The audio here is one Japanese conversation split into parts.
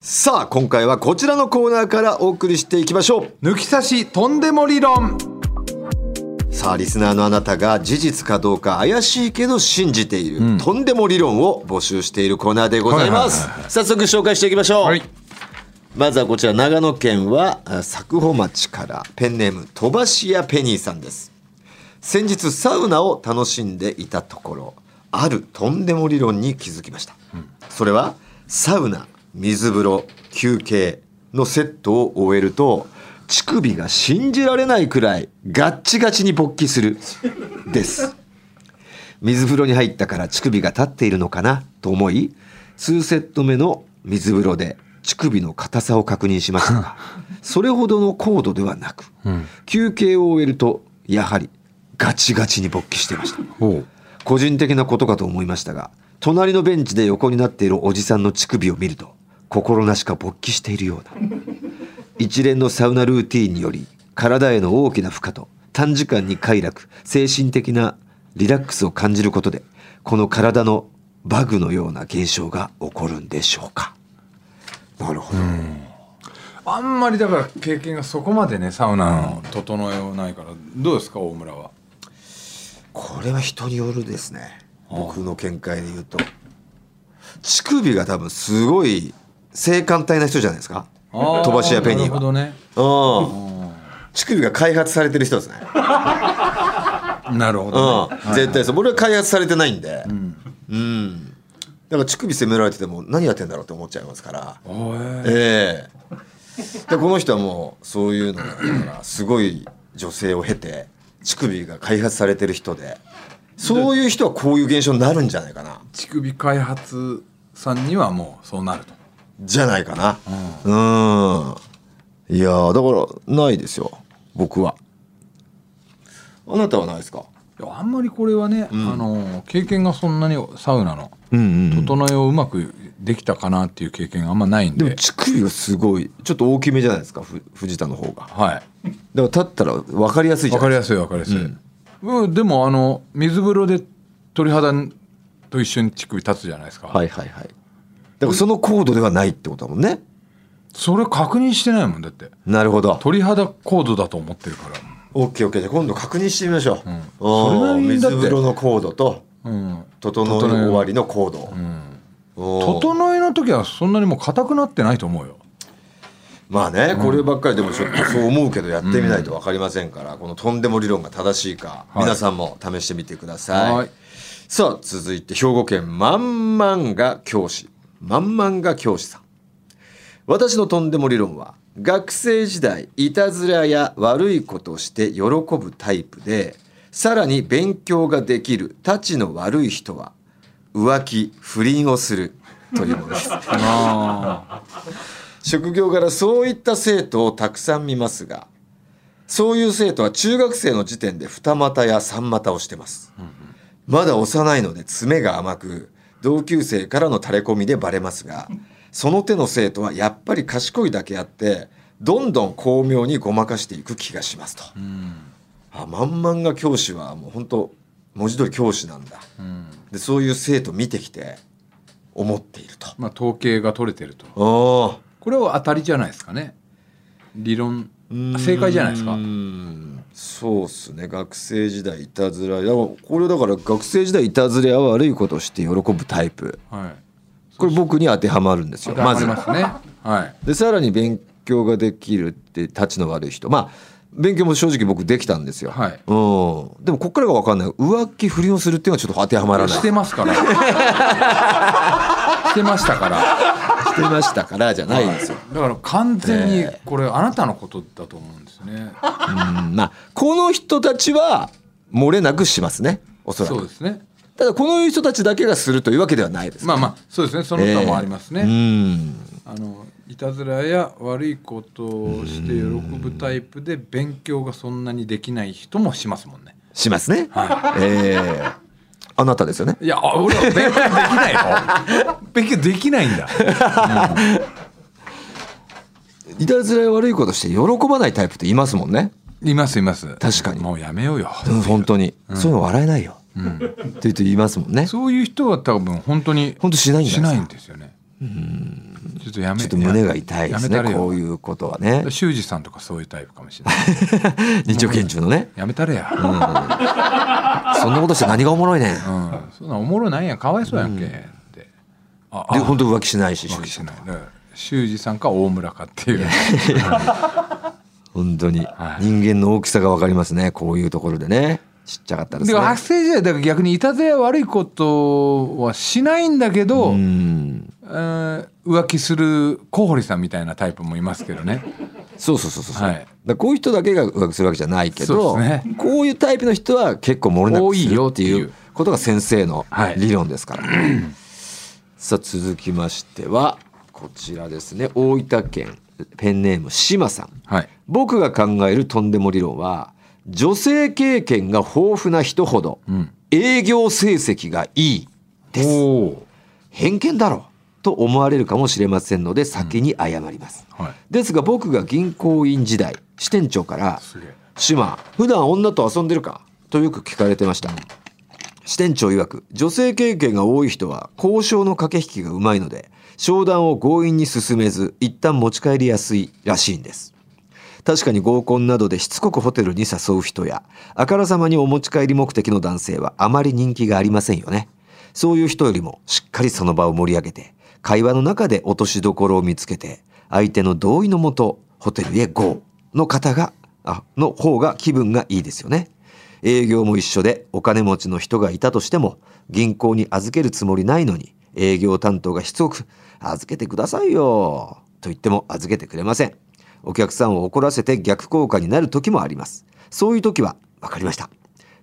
さあ今回はこちらのコーナーからお送りしていきましょう抜き差しとんでも理論さあリスナーのあなたが事実かどうか怪しいけど信じている、とんでも理論を募集しているコーナーでございます、はいは早速紹介していきましょう、はいまずはこちら長野県はあ佐久穂町からペンネーム飛ばし屋ペニーさんです先日サウナを楽しんでいたところあるとんでも理論に気づきました、それはサウナ水風呂休憩のセットを終えると乳首が信じられないくらいガッチガチに勃起するです水風呂に入ったから乳首が立っているのかなと思い2セット目の水風呂で乳首の硬さを確認しましたがそれほどの高度ではなく、休憩を終えるとやはりガチガチに勃起していましたおう個人的なことかと思いましたが隣のベンチで横になっているおじさんの乳首を見ると心なしか勃起しているような一連のサウナルーティーンにより体への大きな負荷と短時間に快楽精神的なリラックスを感じることでこの体のバグのような現象が起こるんでしょうかなるほど、あんまりだから経験がそこまでねサウナの整えようないからどうですか大村はこれは人によるですね僕の見解で言うと乳首が多分すごい性感帯な人じゃないですか飛ばし屋ペニーなるほどは、ねうん、乳首が開発されてる人ですね、なるほうんどね絶対そう僕は開発されてないんでうん、だから乳首責められてても何やってんだろうって思っちゃいますからおえええでこの人はもうそういうのだからすごい女性を経て乳首が開発されてる人でそういう人はこういう現象になるんじゃないかな乳首開発さんにはもうそうなるとじゃないかなうんいやーだからないですよ僕はあなたはないですかいやあんまりこれはね、あの経験がそんなにサウナのうんうん整えをうまくできたかなっていう経験があんまないんでもで、乳首がすごいちょっと大きめじゃないですかふ藤田の方がだかはら立ったら分かりやすいいじゃなわかいりですやすいわかりやすい、うんでもあの水風呂で鳥肌と一緒に乳首立つじゃないですか、かはいはいはいだからその高度ではないってことだもんねそれ確認してないもんだってなるほど鳥肌高度だと思ってるかオッケーオッケーじゃあ今度確認してみましょう、うん、それなりに水だって風呂の高度とら、うん、整い終わりの高度、おー整えの時はそんなにもう硬くなってないと思うよまあねこればっかりでもちょっとそう思うけどやってみないと分かりませんから、このとんでも理論が正しいか、はい皆さんも試してみてくださいはいさあ続いて兵庫県まんまんが教師まんまんが教師さん私のとんでも理論は学生時代いたずらや悪いことをして喜ぶタイプでさらに勉強ができるたちの悪い人は浮気不倫をするというものですあ職業柄そういった生徒をたくさん見ますがそういう生徒は中学生の時点で二股や三股をしてます、まだ幼いので爪が甘く同級生からの垂れ込みでバレますがその手の生徒はやっぱり賢いだけあってどんどん巧妙にごまかしていく気がしますと、 あまんまんが教師はもう本当文字通り教師なんだ、ー、うん、でそういう生徒見てきて思っているとまあ統計が取れてるとおーこれは当たりじゃないですかね理論うん正解じゃないですかうんそうっすね学生時代いたずらいやこれだから学生時代いたずらや悪いことをして喜ぶタイプはいこれ僕に当てはまるんですよままずずますねはいでさらに勉強ができるってたちの悪い人まあ勉強も正直僕できたんですよ、はいうん、でもこっからが分かんない浮気不倫をするっていうのはちょっと当てはまらないししててます からしてましたからましたからじゃないんですよ、だから完全にこれあなたのことだと思うんです ねうんまあこの人たちは漏れなくしますねおそらそうくですねただこの人たちだけがするというわけではないですまあまあそうですねその他もありますね、うんあのいたずらや悪いことをして喜ぶタイプで勉強がそんなにできない人もしますもんねしますね。えーあなたですよね。いやあ俺は勉強できない よ勉強できないんだいたずらや悪いことして喜ばないタイプっていますもんね。いますいます確かにもうやめようようん本当に、そういうの笑えないよ。って言って言いますもんね。そういう人は多分本当に本当しないんじゃしなないですいんかですよねちょっとやめちょっと胸が痛いですやめねたれよこういうことはね修二さんとかそういうタイプかもしれない日常拳銃のねやめたれ や、そんなことして何がおもろいねんうん、そんなんおもろないやんかわいそうやんけ、ってあで本当浮気しないしわけじゃないだから修二さんか大村かっていう本当にはい人間の大きさが分かりますねこういうところでねちっちゃかったですでね学生時代だから逆にいたずら悪いことはしないんだけど、うんえー浮気する小堀さんみたいなタイプもいますけどねそうそうそうそうそう、はいだからこういう人だけが浮気するわけじゃないけど、そうですねこういうタイプの人は結構漏れなくするってい多いよっていううことが先生のはい理論ですから、さあ続きましてはこちらですね大分県ペンネーム志麻さんはい僕が考えるとんでも理論は女性経験が豊富な人ほどん営業成績がいいです、おー偏見だろうと思われるかもしれませんので先に謝ります、はいですが僕が銀行員時代支店長からすげえ「島普段女と遊んでるか?」とよく聞かれてました支店長曰く女性経験が多い人は交渉の駆け引きがうまいので商談を強引に進めず一旦持ち帰りやすいらしいんです確かに合コンなどでしつこくホテルに誘う人やあからさまにお持ち帰り目的の男性はあまり人気がありませんよねそういう人よりもしっかりその場を盛り上げて会話の中で落としどころを見つけて相手の同意のもとホテルへ GO の方があの方が気分がいいですよね営業も一緒でお金持ちの人がいたとしても銀行に預けるつもりないのに営業担当がしつこく「預けてくださいよ」と言っても預けてくれませんお客さんを怒らせて逆効果になる時もありますそういう時は「分かりました」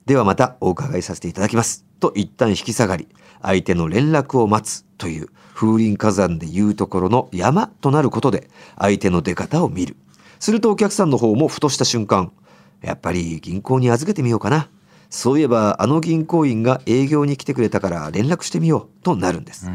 ではまたお伺いさせていただきますと一旦引き下がり相手の連絡を待つという風林火山でいうところの山となることで相手の出方を見るするとお客さんの方もふとした瞬間やっぱり銀行に預けてみようかなそういえばあの銀行員が営業に来てくれたから連絡してみようとなるんです、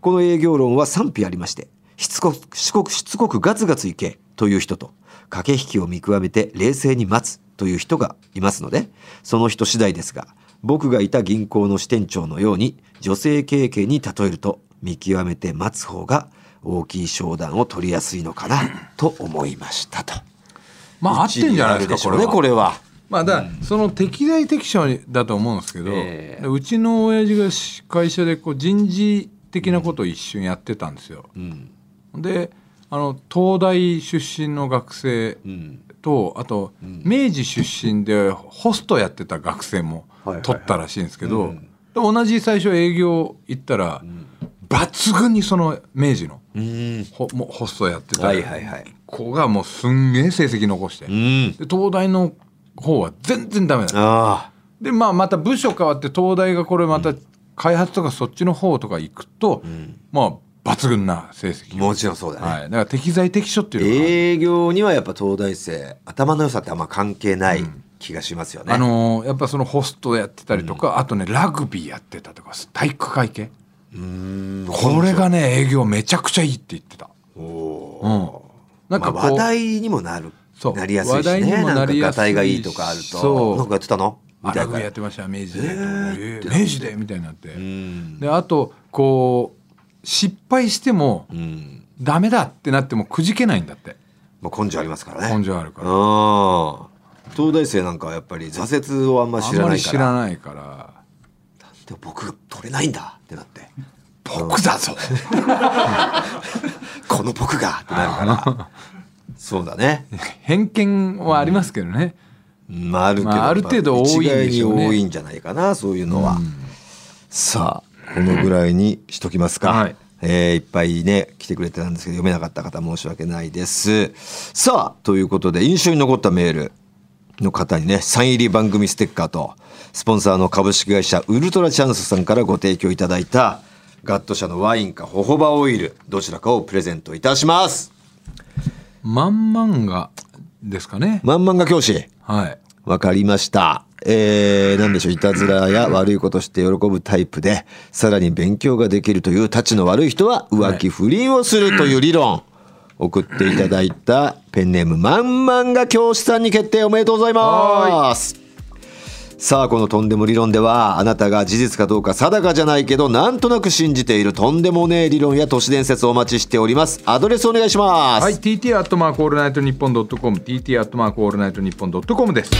この営業論は賛否ありましてしつこくしつこくしつこくガツガツいけという人と駆け引きを見極めて冷静に待つという人がいますのでその人次第ですが僕がいた銀行の支店長のように女性経験に例えると見極めて待つ方が大きい商談を取りやすいのかなと思いましたと。まあ合ってんじゃないですか一理あるこれでしょうねはこれは。まあだからその適材適所だと思うんですけど、ええうちの親父がし会社でこう人事的なことを一瞬やってたんですよ。うんであの東大出身の学生うんとあと明治出身でホストやってた学生もはいはいはい取ったらしいんですけど、で同じ最初営業行ったら、抜群にその明治のうんホもうホストやってたはいはいはい子がもうすんげえ成績残して、うんで東大の方は全然ダメだったああでまあまた部署変わって東大がこれまた開発とかそっちの方とか行くと、まあ抜群な成績もちろんそうだね。はい、だから適材適所っていうのが、営業にはやっぱ東大生頭の良さってあんま関係ない気がしますよね。あのーやっぱそのホストやってたりとか、あとねラグビーやってたとか体育会系これがね営業めちゃくちゃいいって言ってた、おーうん、なんかこう、まあ話題にもなるそうなりやすいし話題にねもななんかりやがすいしたいがいいとかあるそとうなんかやってたのみあたラいグビーやなっ。てました明治で、えーえー明治でみたいになって、うんであとこう失敗してもうんダメだってなってもくじけないんだってまあ根性ありますからね。根性あるから。あー東大生なんかはやっぱり挫折をあんま知あらんまなりいか知ららないからでも僕取れないんだってなって僕だぞ この僕がってなる からそうだね。偏見はありますけどね、まあ、あるけど、まあある程度多いんでしょう一概ねに多いんじゃないかなそういうのは、さあこのぐらいにしときますか、はいえーいっぱいね来てくれてたんですけど読めなかった方申し訳ないですさあということで印象に残ったメールの方にねサイン入り番組ステッカーとスポンサーの株式会社ウルトラチャンスさんからご提供いただいたガット社のワインかホホバオイルどちらかをプレゼントいたしますまんまんがですかね、まんまんが教師はいわかりました。えー、なんでしょう、いたずらや悪いことして喜ぶタイプで、さらに勉強ができるというたちの悪い人は浮気不倫をするという理論。送っていただいたペンネームまんまんが教師さんに決定おめでとうございます。さあこのとんでも理論ではあなたが事実かどうか定かじゃないけどなんとなく信じているとんでもねえ理論や都市伝説をお待ちしておりますアドレスお願いします、はい、TT アットマークオールナイトニッポンドットコム、TT アットマークオールナイトニッポンドットコムです。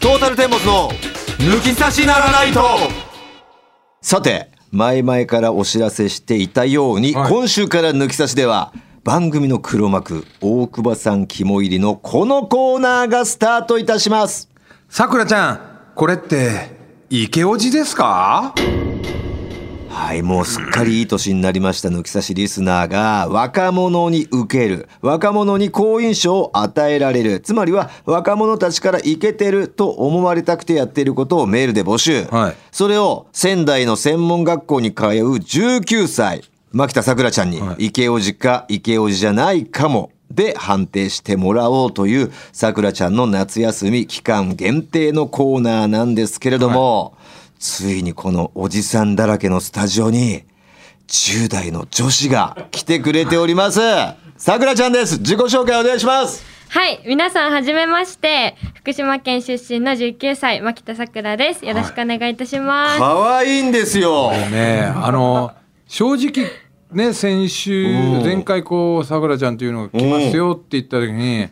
トータルテンボスの抜き差しならないと。さて前々からお知らせしていたように、はい今週から抜き差しでは番組の黒幕大久保さん肝入りのこのコーナーがスタートいたしますさくらちゃん、これって池オジですか？はいもうすっかりいい年になりました抜き差しリスナーが若者に受ける若者に好印象を与えられるつまりは若者たちからイケてると思われたくてやっていることをメールで募集、はいそれを仙台の専門学校に通う19歳牧田さくらちゃんに、はい池叔父か池叔父じゃないかもで判定してもらおうというさくらちゃんの夏休み期間限定のコーナーなんですけれども、ついにこのおじさんだらけのスタジオに10代の女子が来てくれております。さくらちゃんです。自己紹介お願いします。はい、皆さんはじめまして。福島県出身の19歳、牧田さくらです。よろしくお願いいたします。可愛いんですよ。ねえ、あの正直ね先週うん前回こうさくらちゃんというのが来ますよって言った時に、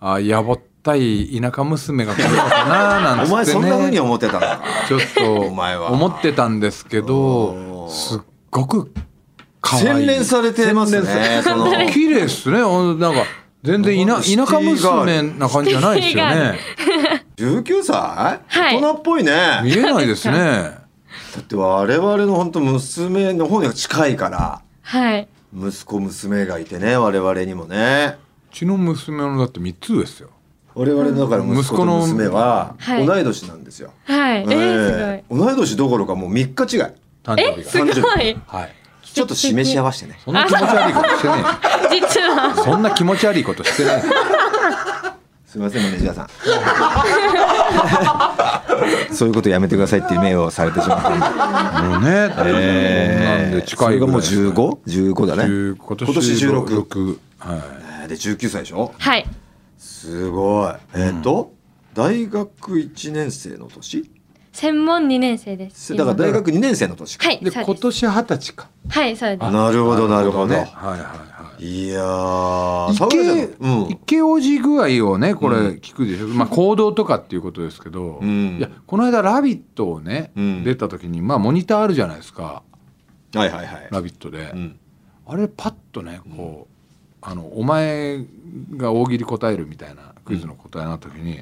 あやぼったい田舎娘が来るのかななんつってね。お前そんな風に思ってたのか。ちょっお前とは思ってたんですけど、すっごく可愛い。洗練されてますねその綺麗ですね。あのなんか全然いな田シティ舎ガー娘ルな感じじゃないですよシティガーね。 19歳、はい大人っぽいね。見えないですね。だって我々の本当娘の方には近いからはい。息子娘がいてね我々にもねうちの娘のだって三つ上ですよ。我々のだから息子と娘は息子のはい同い年なんですよ、はい。えー、えすえ同い年どころかもう3日違い誕ご生い。え、日すが。ご誕い。生日はい。ちょっと示し合わせてねそんな気持ち悪いことしてね実は。え。そんな気持ち悪いことしてない。すみませんマネージャーさん そういうことやめてくださいっていう命をされてしまったもうね。なんで近そいれぐがもらいうですね。 1515だね10今今年年16 16はい。で19歳でしょはい。すごいえっ、と、大学1年生の年専門2年生です。だから今大学2年生の年かはい、でそう今です。年二十歳か。はい、そうです。なるほどなるほどはいはいはい。いやー池桜ちゃんのうん池おじ具合をねこれ聞くでしょ、まあ、行動とかっていうことですけど、うんいやこの間「ラビット!」をね、うん出た時にまあモニターあるじゃないですかはいはい「はラビットで」い、うん、あれパッとねこう、あの「お前が大喜利答える」みたいなクイズの答えの時に、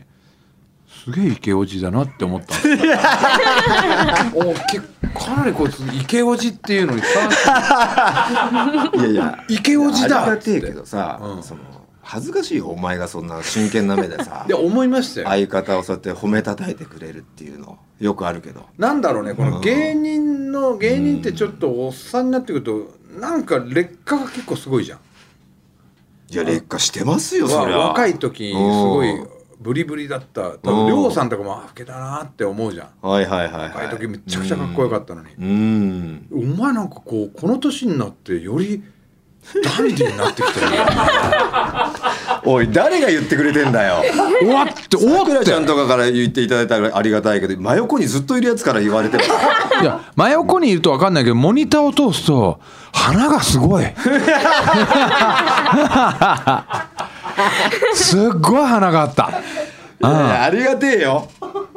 すげえ池おじだなって思ったんですよ おけかなりこいつ池おじっていうのにさいやいや池おじありだっがててえけどさ、うんその恥ずかしいよお前がそんな真剣な目 でさいや思いましたよ相方をそうやって褒めたたえてくれるっていうのよくあるけどなんだろうねこの芸人の芸人ってちょっとおっさんになってくるとなんか劣化が結構すごいじゃんいや劣化してますよそれわは若い時すごいうんブリブリだったう多ん分亮さんとかもあ老けたなって思うじゃんはいはいはい若はいい時めちゃくちゃかっこよかったのにう、んお前なんかこうこの年になってよりダンディーになってき てるねおい誰が言ってくれてんだようわってさくおらっちてゃんとかから言っていただいたらありがたいけど真横にずっといるやつから言われてもいや真横にいると分かんないけどモニターを通すと花が すごいすっごい花があったいやいやありがてえよ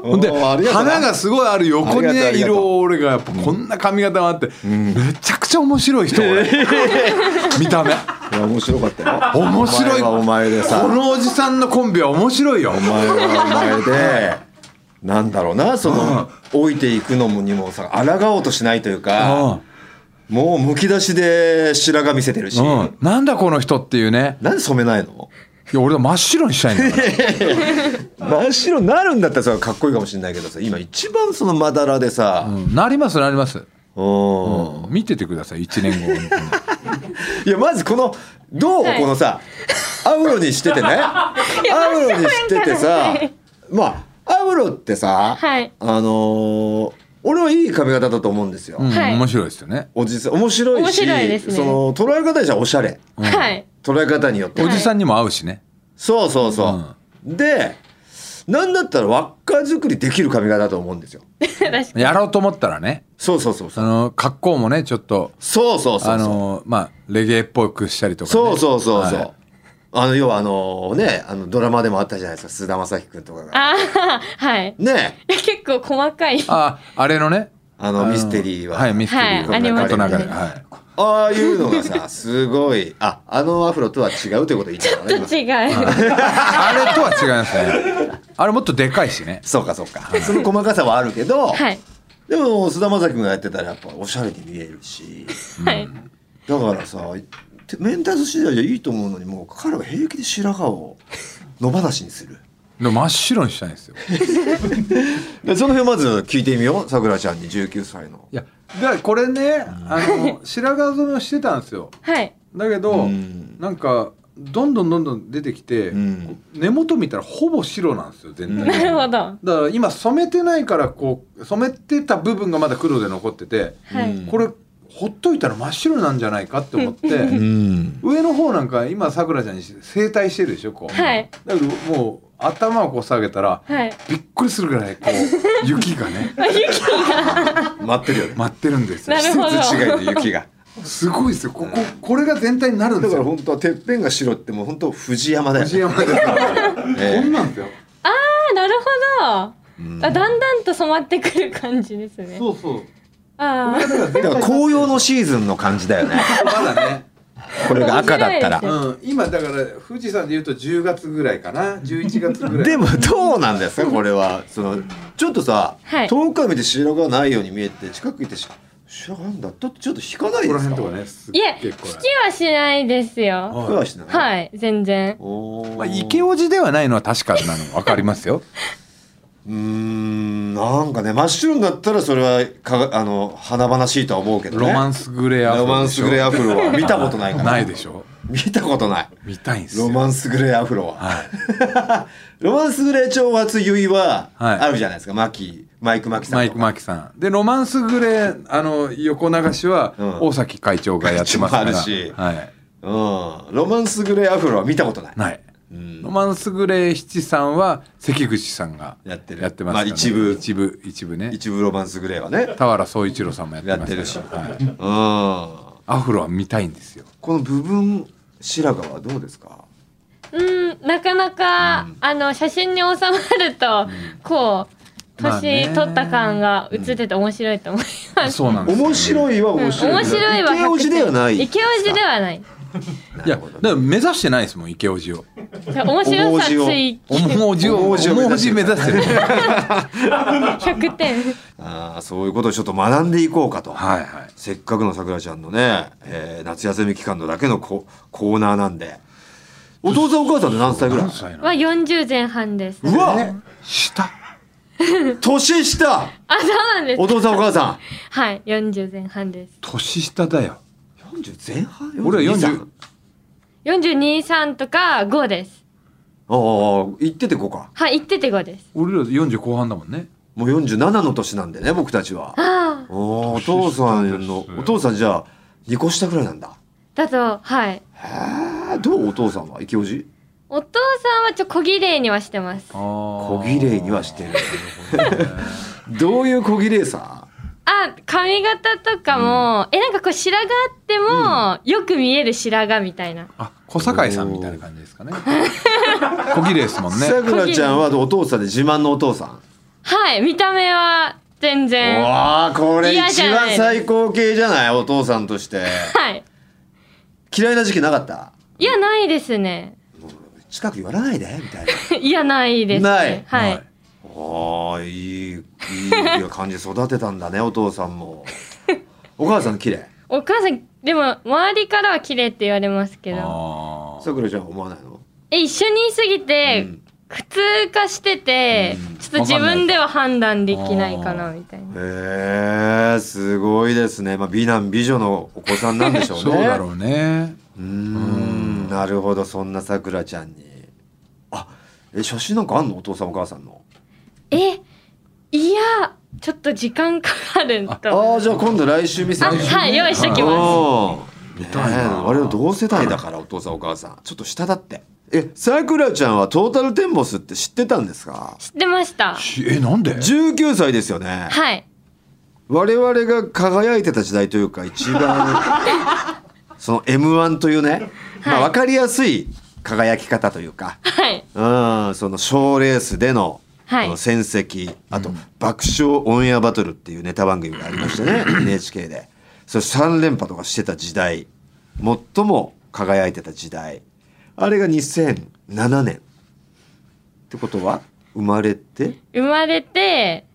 ほんでおーありがとうな花がすごいある横にあねりがとうありがとう色俺がやっぱこんな髪型があってめちゃくちゃ面白い 人俺見た目いや面白かったよ面白お前いはお前でさこのおじさんのコンビは面白いよお前はお前でなんだろうなその老いていくのにもさ抗おうとしないというかもうむき出しで白髪見せてるし、うんうんなんだこの人っていうねなんで染めないのいや俺は真っ白にしたいんだから 真っ白になるんだったらさかっこいいかもしれないけどさ今一番そのまだらでうさ、んなりますなりますうん見ててください1年後本当にいやまずこのどう、はいこ のさアウロにしててねアウロにしててさまあアブロってさ、はいあのー俺はいい髪型だと思うんですよ。 うんはい面白いですよね。おじさん面白いし面白いですねその捉え方じゃおしゃれはい。 捉え方によって、おじさんにも合うしね。そうそうそう、でなんだったら輪っか作りできる髪型だと思うんですよ確かに。やろうと思ったらね、そうそうそうそそうの格好もねちょっとそうそうそうあのまあレゲエっぽくしたりとか、ね。そうそうそうそう、はいあの要はあのねあのドラマでもあったじゃないですか菅田将暉君とかがああ、はい。ねいや結構細かい。ああれのね。あのミステリーははいミステリーはいありますねなんか流れはい。ああいうのがさ すごいああのアフロとは違うということを言ったのちょねっと違う。あれとは違いますね。あれもっとでかいしね。そうかそうかその細かさはあるけど、はい。でも菅田将暉君がやってたらやっぱおしゃれに見えるしはい。だからさてメンタル次第じゃいいと思うのにもう彼は平気で白髪を野放しにするでも真っ白にしたいんですよ。でその辺まず聞いてみようさくらちゃんに19歳のいや、だからこれね、あ の白髪染めをしてたんですよ。はい。だけど、うんなんかどんどんどんどん出てきて、うん根元見たらほぼ白なんですよ全体、うんだ なるほど。から今染めてないからこう染めてた部分がまだ黒で残ってて、はい。うんこれほっといたら真っ白なんじゃないかって思って、ん 上の方なんか今さくらちゃんに整体してるでしょこう、はいだけどもう頭をこう下げたらはい。びっくりするぐらいこう雪が ね待ってるよね舞ってるんですよなるほど季節違いで雪がすごいですよこここれが全体になるんで だすからよ本当はてっぺんが白ってもう本当藤山だよね藤山ですからこえんなんですよあ、なるほうんど。あ、だんだんと染まってくる感じですね。そうそうああ。だから紅葉のシーズンの感じだよ ねまだね、これが赤だったら面白いうん、今だから富士山でいうと10月ぐらいかな11月ぐらいでもどうなんですかこれはそのちょっとさ、はい遠くから見て白髪がないように見えて近く行ってし白髪なんだちょっとちょっと引かないここでらすか辺とかねすっいげえ、え引これきはしないですよ。ふわしてないはい、全然。おーまあ、池叔父ではないのは確かなの分かります ようーんなんかね真っ白になったらそれはかあの華々しいとは思うけどねロマンスグレーアフロロマンスグレーアフロ は見たことないからないでしょ見たことない見たいんですよロマンスグレーアフロは、 ロマンスグレー長髪結いははいあるじゃないですか、マキマイク・マキさんマイク・マキさんでロマンスグレーあの横流しはうん大崎会長がやってますか会長ら、 もあるしはい、うん、ロマンスグレーアフロは見たことないないうんロマンスグレー七さんは関口さんがやってるますからねまあ一部一部一部ね一部ロマンスグレーは ね田原総一郎さんもやってやまってすからるし、はいうんこアフロは見たいんですよ。の部分白髪はどうですかうん、なかなか、あの写真に収まると、こうまあね年取った感が映ってて面白いと思います。そうなんですよ、面白いは面白い、うん面白いは池王子ではない池王子ではない。いや、だから目指してないですもん、池叔父を。面白さつい重おじを、重重おじを目お指してじる目指してる。 100点。ああそういうことをちょっと学んでいこうかと、はいはい。せっかくのさくらちゃんのね、えー夏休み期間のだけのココーナーなんでお父さんお母さんって何歳ぐらい何歳なのは40前半です。うわ下。年下あ、そうなんですお。父さんお母さはい、40前半です。年下だよ。ん40前半俺は42 40歳42、3とか5です。ああ行っててこうかはい、行ってて5です。俺ら40後半だもんね。もう47の年なんでね僕たちはああ、おーお父さんの年下ですお父さんじゃあ2個下ぐらいなんだだと、はい。へえどうお父さんは池おじお父さんはちょ、小綺麗にはしてます。あ小小綺麗にはしてるる。どういう小綺麗さ髪型とかも、え、なんかこう白髪あっても、よく見える白髪みたいな。あ、小堺さんみたいな感じですかね。小綺麗ですもんね。さくらちゃんはお父さんで自慢のお父さんはい、見た目は全然。はわあこれ嫌一じゃな番い最高系じゃないお父さんとしてい。嫌いな時期なかったいや、ないですね。 近く言わないでみたいないや、ないです、ね。ないはい。はいああいいいい感じで育てたんだねお父さんもお母さん綺麗お母さん、でも、周りからは綺麗って言われますけど。あさくらちゃんは思わないのえ、一緒にいすぎて、うん普通化してて、うんちょっと自分では判断できないかな、みたいな。へえすごいですね、まあ、美男美女のお子さんなんでしょあ。う ねそうだろうね。うーんなるほどそんなさくらちゃんにあえ写真なんかあんのお父さんお母さんのえいやちょっと時間かかるとああじゃあ今度来週見せあてはい用意しときまます見たいな我々同世代だからお父さんお母さんちょっと下だってえさくらちゃんはトータルテンボスって知ってたんですかす知ってましたしえなんで19歳ですよねはい我々が輝いてた時代というか一番 その m 1というね、まあ、はい分かりやすい輝き方というか、はいうん、その賞レースでのはいこの戦績、あと爆笑オンエアバトルっていうネタ番組がありまして ね NHK でそれ3連覇とかしてた時代最も輝いてた時代あれが2007年ってことは生まれて生まれて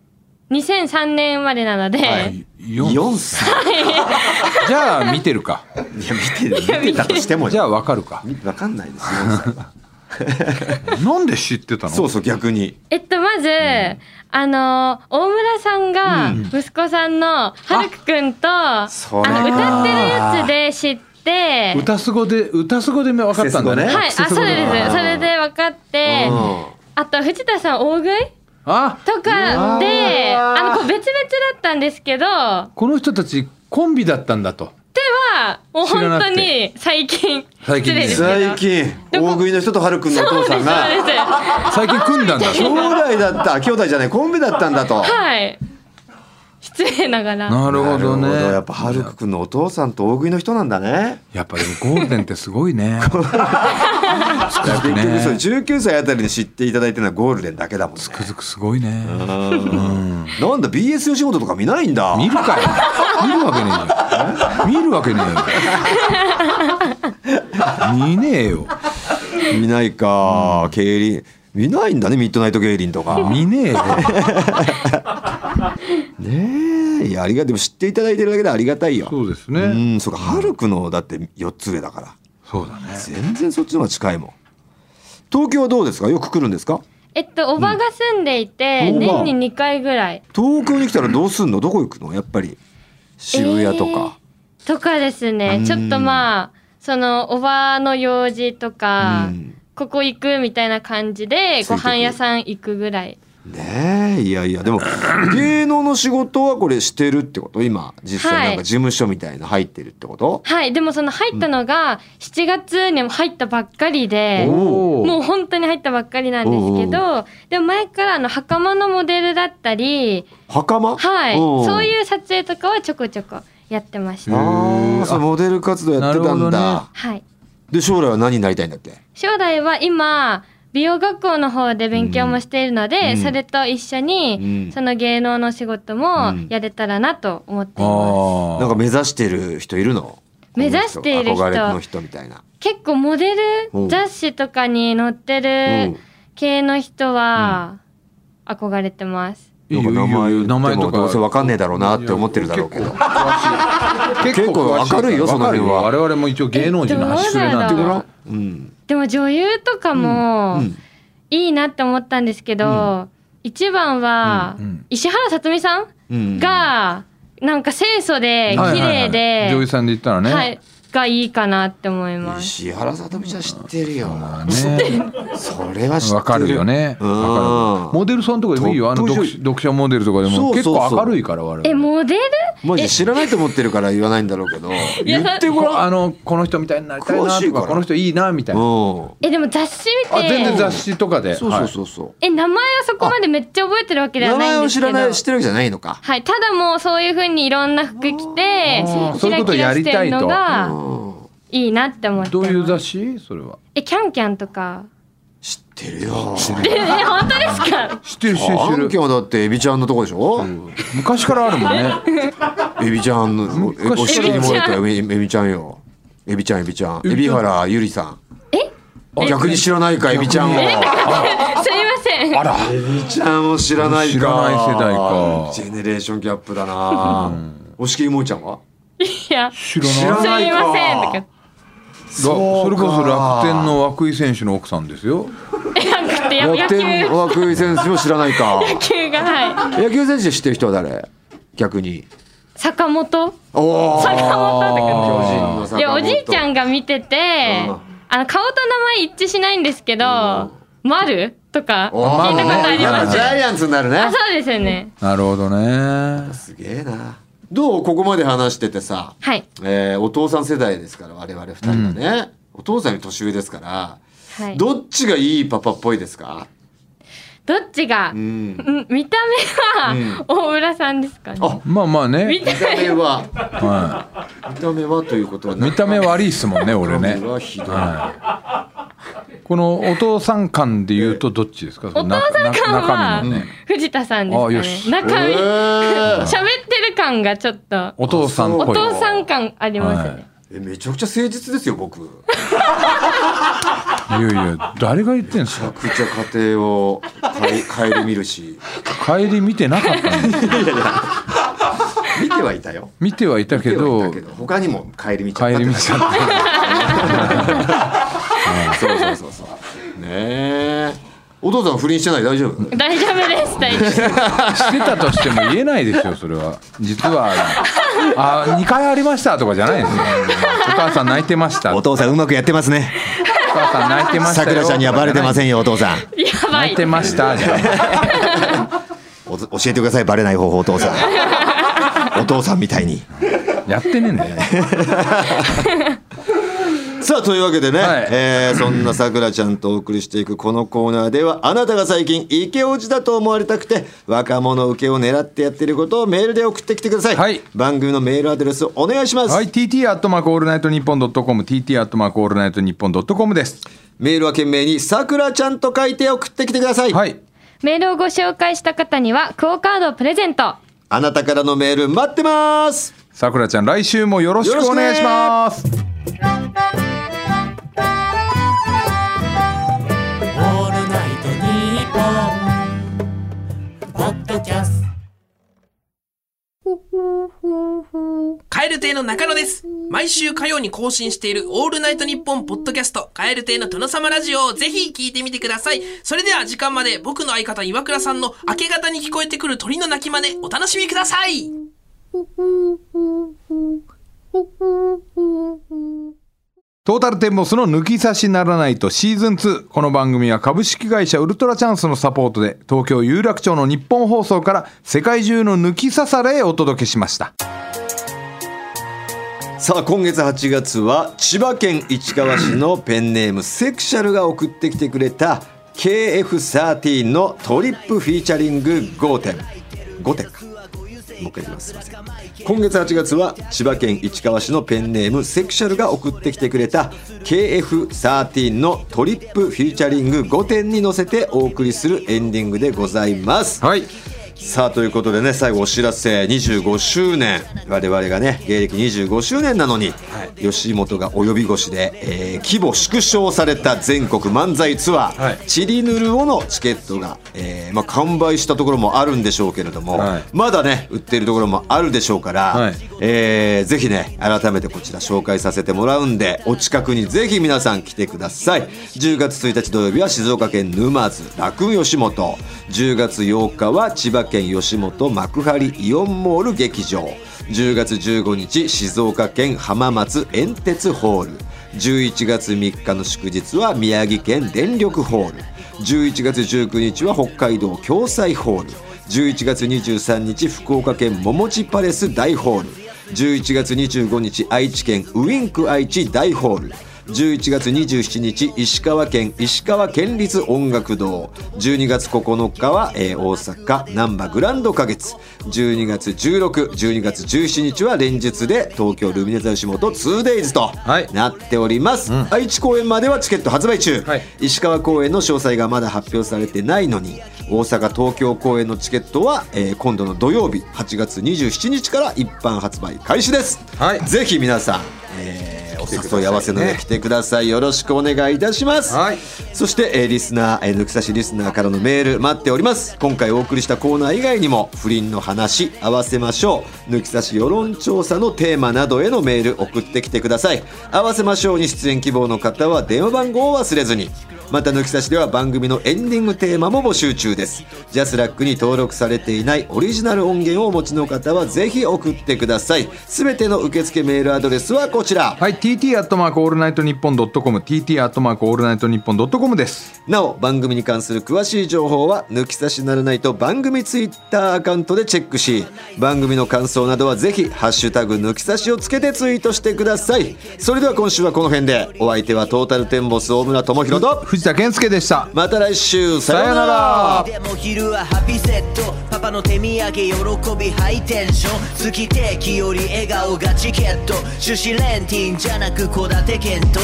2003年生まれなので、はいよ4歳じゃあ見てるかいや見てる見てたとしてもじゃあわかるかわかんないです4歳はなんで知ってたのそうそう逆にえっとまず、あの大村さんが息子さんのはるくくんと、あそれのか歌ってるやつで知って歌すごで歌すごで分かったんだねクセスゴねはいあそうですそれで分かってうんあと藤田さん大食いあとかでうわーあのこう別々だったんですけどはこの人たちコンビだったんだともう知本らな当くにて最近最近失礼ですけど最近でも大食いの人とはるくんのお父さんがそうです最近組んだんだ兄弟だった兄弟じゃないコンビだったんだとはい失礼ながら なるほどね なるほやっぱはるくくんのお父さんと大食いの人なんだねやっぱでもゴールデンってすご いねつくづく結局そうね19歳あたりに知っていただいてるのはゴールデンだけだもんねつくづくすごいねうんなんだ BS 吉本とか見ないんだ見るかよ見るわけねえよ見るわけね えよ見ねえよ見ないか競輪見ないんだねミッドナイト競輪とか見ねえよねえいやありがでも知っていただいてるだけでありがたいよそうですうねんそうかはるくのだって4つ上だからそうだね全然そっちの方が近いもん東京はどうですかよく来るんですかえっとおばが住んでいて、うんおば年に2回ぐらい東京に来たらどうすんのどこ行くのやっぱり渋谷とか、とかですね、うんちょっとまあそのおばの用事とか、うんここ行くみたいな感じでついてくご飯屋さん行くぐらいねえいやいやでも芸能の仕事はこれしてるってこと今実際なんはか事い務所みたいな入ってるってこと、はいでもその入ったのが7月にも入ったばっかりで、おもうお本当に入ったばっかりなんですけどでも前からあの袴のモデルだったり袴はいおうそういう撮影とかはちょこちょこやってましあたーそうモデル活動やってたんなるほだ、どねはいで将来は何になりたいんだっけ将来は今美容学校の方で勉強もしているので、うんそれと一緒に、うんその芸能の仕事うもんやれたらなと思っています、あなんあか目指してる人いるの目指している人憧れの人みたいな結構モデうんル雑誌とかに載ってうんる系の人は憧れてます、なんか名前言ってもどうせわかんねえだろうなって思ってるだろうけど結構明るいよその辺は我々も一応芸能人の端くれなんえっとどうだろでううんでも女優とかもうんいいなって思ったんですけど、一番はうんうん石原さとみさんうんがなんか清楚で綺はいはいは麗いで、女優さんで言ったらね、はい、がいいかなって思います。石原さとみちゃん知ってるよ。まあねそれは知ってる。わかるよね うんわかるモデルさんとかでもいいよあトのップ読女優読者モデルとかでそうそもう結そう構明るいから我々え、モデルマジで知らないと思ってるから言わないんだろうけど。言やってごこらん。あのこの人みたいになりたいな詳しいとかからこの人いいなみたいなうん。え、でも雑誌見て。あ全然雑誌とかでそうそうそうそう。え、名前はそこまでめっちゃ覚えてるわけで名はな前いんをで知すけど。らない知ってるわけじゃないのか。はい、ただもうそういう風にいろんな服着てあー、キラキラしてるのうがんいいなって思っはいてどういうます。雑誌それはえ、キャンキャンとか。知ってるよ。え、え本当ですか知ってる知ってるア知ンってキるョンだってエビちゃんのとこでしょ。昔からあるもん ねエビちゃんの昔からお尻に漏れたエビエビちゃんよ。エビちゃんエビちゃん。エエビビちゃん原ゆりさん。え逆に知らないかエビちゃんを。すいません。あらちゃんを知らないか知らない世代かジェネレーションギャップだな押切もえちゃんはいや、す知ら知らないないいません。とか。そそれこそ楽天の涌井選手の奥さんですよえ、なんかってや野楽球、天野涌井選手も知らないか球が、はい。 野球選手知ってる人は誰逆に坂本おお巨坂本とか。人の坂本いやおじいちゃんが見ててうんあの顔と名前一致しないんですけど「丸っとかおー聞いたことありまあすジャイアンツになるねあそうですよねなるほどねすげえなどうここまで話しててさ、はいえーお父さん世代ですから我々二人はね、お父さんより年上ですから、はいどっちがいいパパっぽいですか、どっちが、う、うんん、見た目は大浦さんですかねあまあまあ見ね、見てた目はは、見た目はということはい見た目悪いっすもんね俺ね見た目はひどい、はいこのお父さん感で言うとどっちですかおお父さん感は藤田さんですかあよねし中身えー喋ってる感がちょっとお父さんっおぽい父さん感ありますね、はいえめちゃくちゃ誠実ですよ僕めいやいや誰が言ってんすちゃかくちゃ家庭を帰り見るし帰り見てなかったんです見てはいたよ見てはいたけ見てはいどたけど他にも帰り見ちゃった帰ってり見ちゃったそうそうそうそう。ねえ。お父さん不倫してない大丈夫？大丈夫です大丈 夫してたとしても言えないですよそれは実はあ2回ありましたとかじゃないですよお母さん泣いてましたおお父さんうまくやってますね。母さん泣いてましたさよくらちゃんにはバレてませんよお父さん。やば泣いいてましたじゃないお 教えてくださいバレない方法お父さ ん。お父さんみたいに。やってねえんだよさあというわけでね、はいえーそんなさくらちゃんとお送りしていくこ のコーナーではあなたが最近イケオジだと思われたくて若者受けを狙ってやっていることをメールで送ってきてください、はい番組のメールアドレスお願いします、はい、TT アットマークオールナイトニッポンドットコム、TT アットマークオールナイトニッポンドットコムです。メールは懸命に「さくらちゃん」と書いて送ってきてください、はい、メールをご紹介した方にはクオカードをプレゼントあなたからのメール待ってますさくらちゃん、来週もよろしくお願いします。 「オールナイトニッポン」「ポッドキャスト」蛙亭の中野です。毎週火曜に更新しているオールナイトニッポンポッドキャスト、蛙亭の殿様ラジオをぜひ聞いてみてください。それでは時間まで僕の相方岩倉さんの明け方に聞こえてくる鳥の鳴き真似、お楽しみください。トータルテンボスの抜き差しならないとシーズン2。この番組は株式会社ウルトラチャンスのサポートで、東京有楽町の日本放送から世界中の抜き差されへお届けしました。さあ今月8月は千葉県市川市のペンネームセクシャルが送ってきてくれた KF13 のトリップフィーチャリング5点5点かもう一回言いますすいません今月8月は千葉県市川市のペンネームセクシャルが送ってきてくれた KF13 のトリップフィーチャリング5点に乗せてお送りするエンディングでございますはい、さあということでね最後お知らせ25周年我々がね芸歴25周年なのに、吉本が及び腰で、えー規模縮小された全国漫才ツアー「はいチリヌルオ」のチケットが、えーまあ、完売したところもあるんでしょうけれども、はいまだね売ってるところもあるでしょうから、はいえーぜひね改めてこちら紹介させてもらうんでお近くにぜひ皆さん来てください10月1日土曜日は静岡県沼津楽雲吉本10月8日は千葉県吉本幕張イオンモール劇場10月15日静岡県浜松煙鉄ホール11月3日の祝日は宮城県電力ホール11月19日は北海道共済ホール11月23日福岡県桃地パレス大ホール11月25日愛知県ウインク愛知大ホール11月27日石川県石川県立音楽堂12月9日は、えー大阪難波グランド花月12月1612月17日は連日で東京ルミネ座吉本 2days といなっております、愛知公演まではチケット発売中、はい石川公演の詳細がまだ発表されてないのに大阪東京公演のチケットは、えー今度の土曜日8月27日から一般発売開始です、はいぜひ皆さん、えーお誘い合わせの上来てくださいよろしくお願いいたします、はいそして、えーリスナー、えー抜き差しリスナーからのメール待っております今回お送りしたコーナー以外にも不倫の話合わせましょう抜き差し世論調査のテーマなどへのメール送ってきてください合わせましょうに出演希望の方は電話番号を忘れずにまた抜き差しでは番組のエンディングテーマも募集中ですジャスラックに登録されていないオリジナル音源をお持ちの方はぜひ送ってください全ての受付メールアドレスはこちらはい TT アットマークオールナイトニッポンドットコム TT アットマークオールナイトニッポンドットコムですなお番組に関する詳しい情報は抜き差しならないと番組ツイッターアカウントでチェックし番組の感想などはぜひ「ハッシュタグ抜き差し」をつけてツイートしてくださいそれでは今週はこの辺でお相手はトータルテンボス大村智広と藤田健介でしたまた来週さようなさようなららでも昼はハピセットパパの手土産喜びハイテンション月定期より笑顔がチケット種子レンティンじゃなく戸建て検討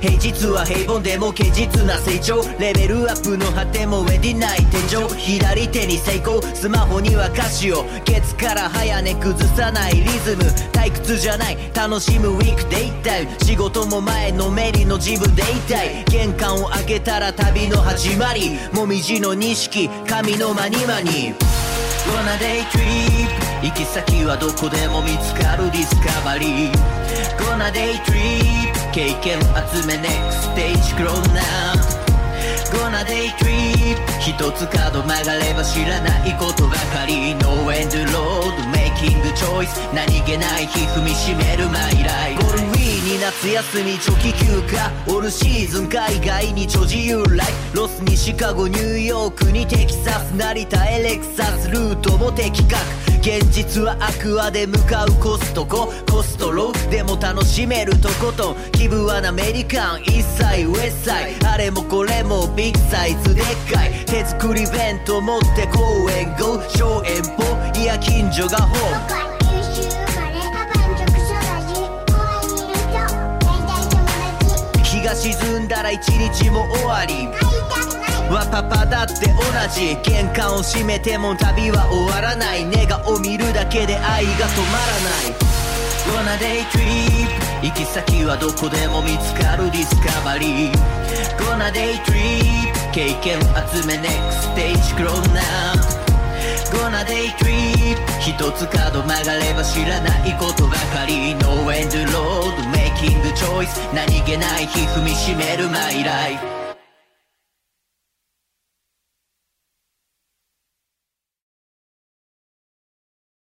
平日は平凡でも堅実な成長レベルアップの果てもウェディない天井左手に成功スマホには歌詞を月から早寝崩さないリズム退屈じゃない楽しむウィークデイタイム仕事も前のめりの自分でいたい玄関を開けたら旅の始まりもみじの錦神のマニマニ Wanna day trip 行き先はどこでも見つかるディスカバリー Gonna day trip 経験集め NEXT stage grown up Gonna day trip 一つ角曲がれば知らないことばかり No end road making choice 何気ない日踏みしめるマイライフゴールウィーに夏休み長期休暇オールシーズン海外に超自由ライフロスにシカゴニューヨークにテキサス成田エレクサスルートも的確現実はアクアで向かうコストココストロでも楽しめるとことん気分はアメリカン一切ウエッサイあれもこれもビッグサイズでっかい手作り弁当持って公園 GO 小遠方いや近所がホーム僕は九州生まれハワイの直所だし公園にいる人大体友達日が沈んだら一日も終わり会いたくないわパパだって同じ玄関を閉めても旅は終わらないネガを見るだけで愛が止まらない Wanna day trip 行き先はどこでも見つかるディスカバリー Gonna day trip 経験集め NEXT stage grown up Gonna day trip 一つ角曲がれば知らないことばかり No end road making choice 何気ない日踏みしめる my life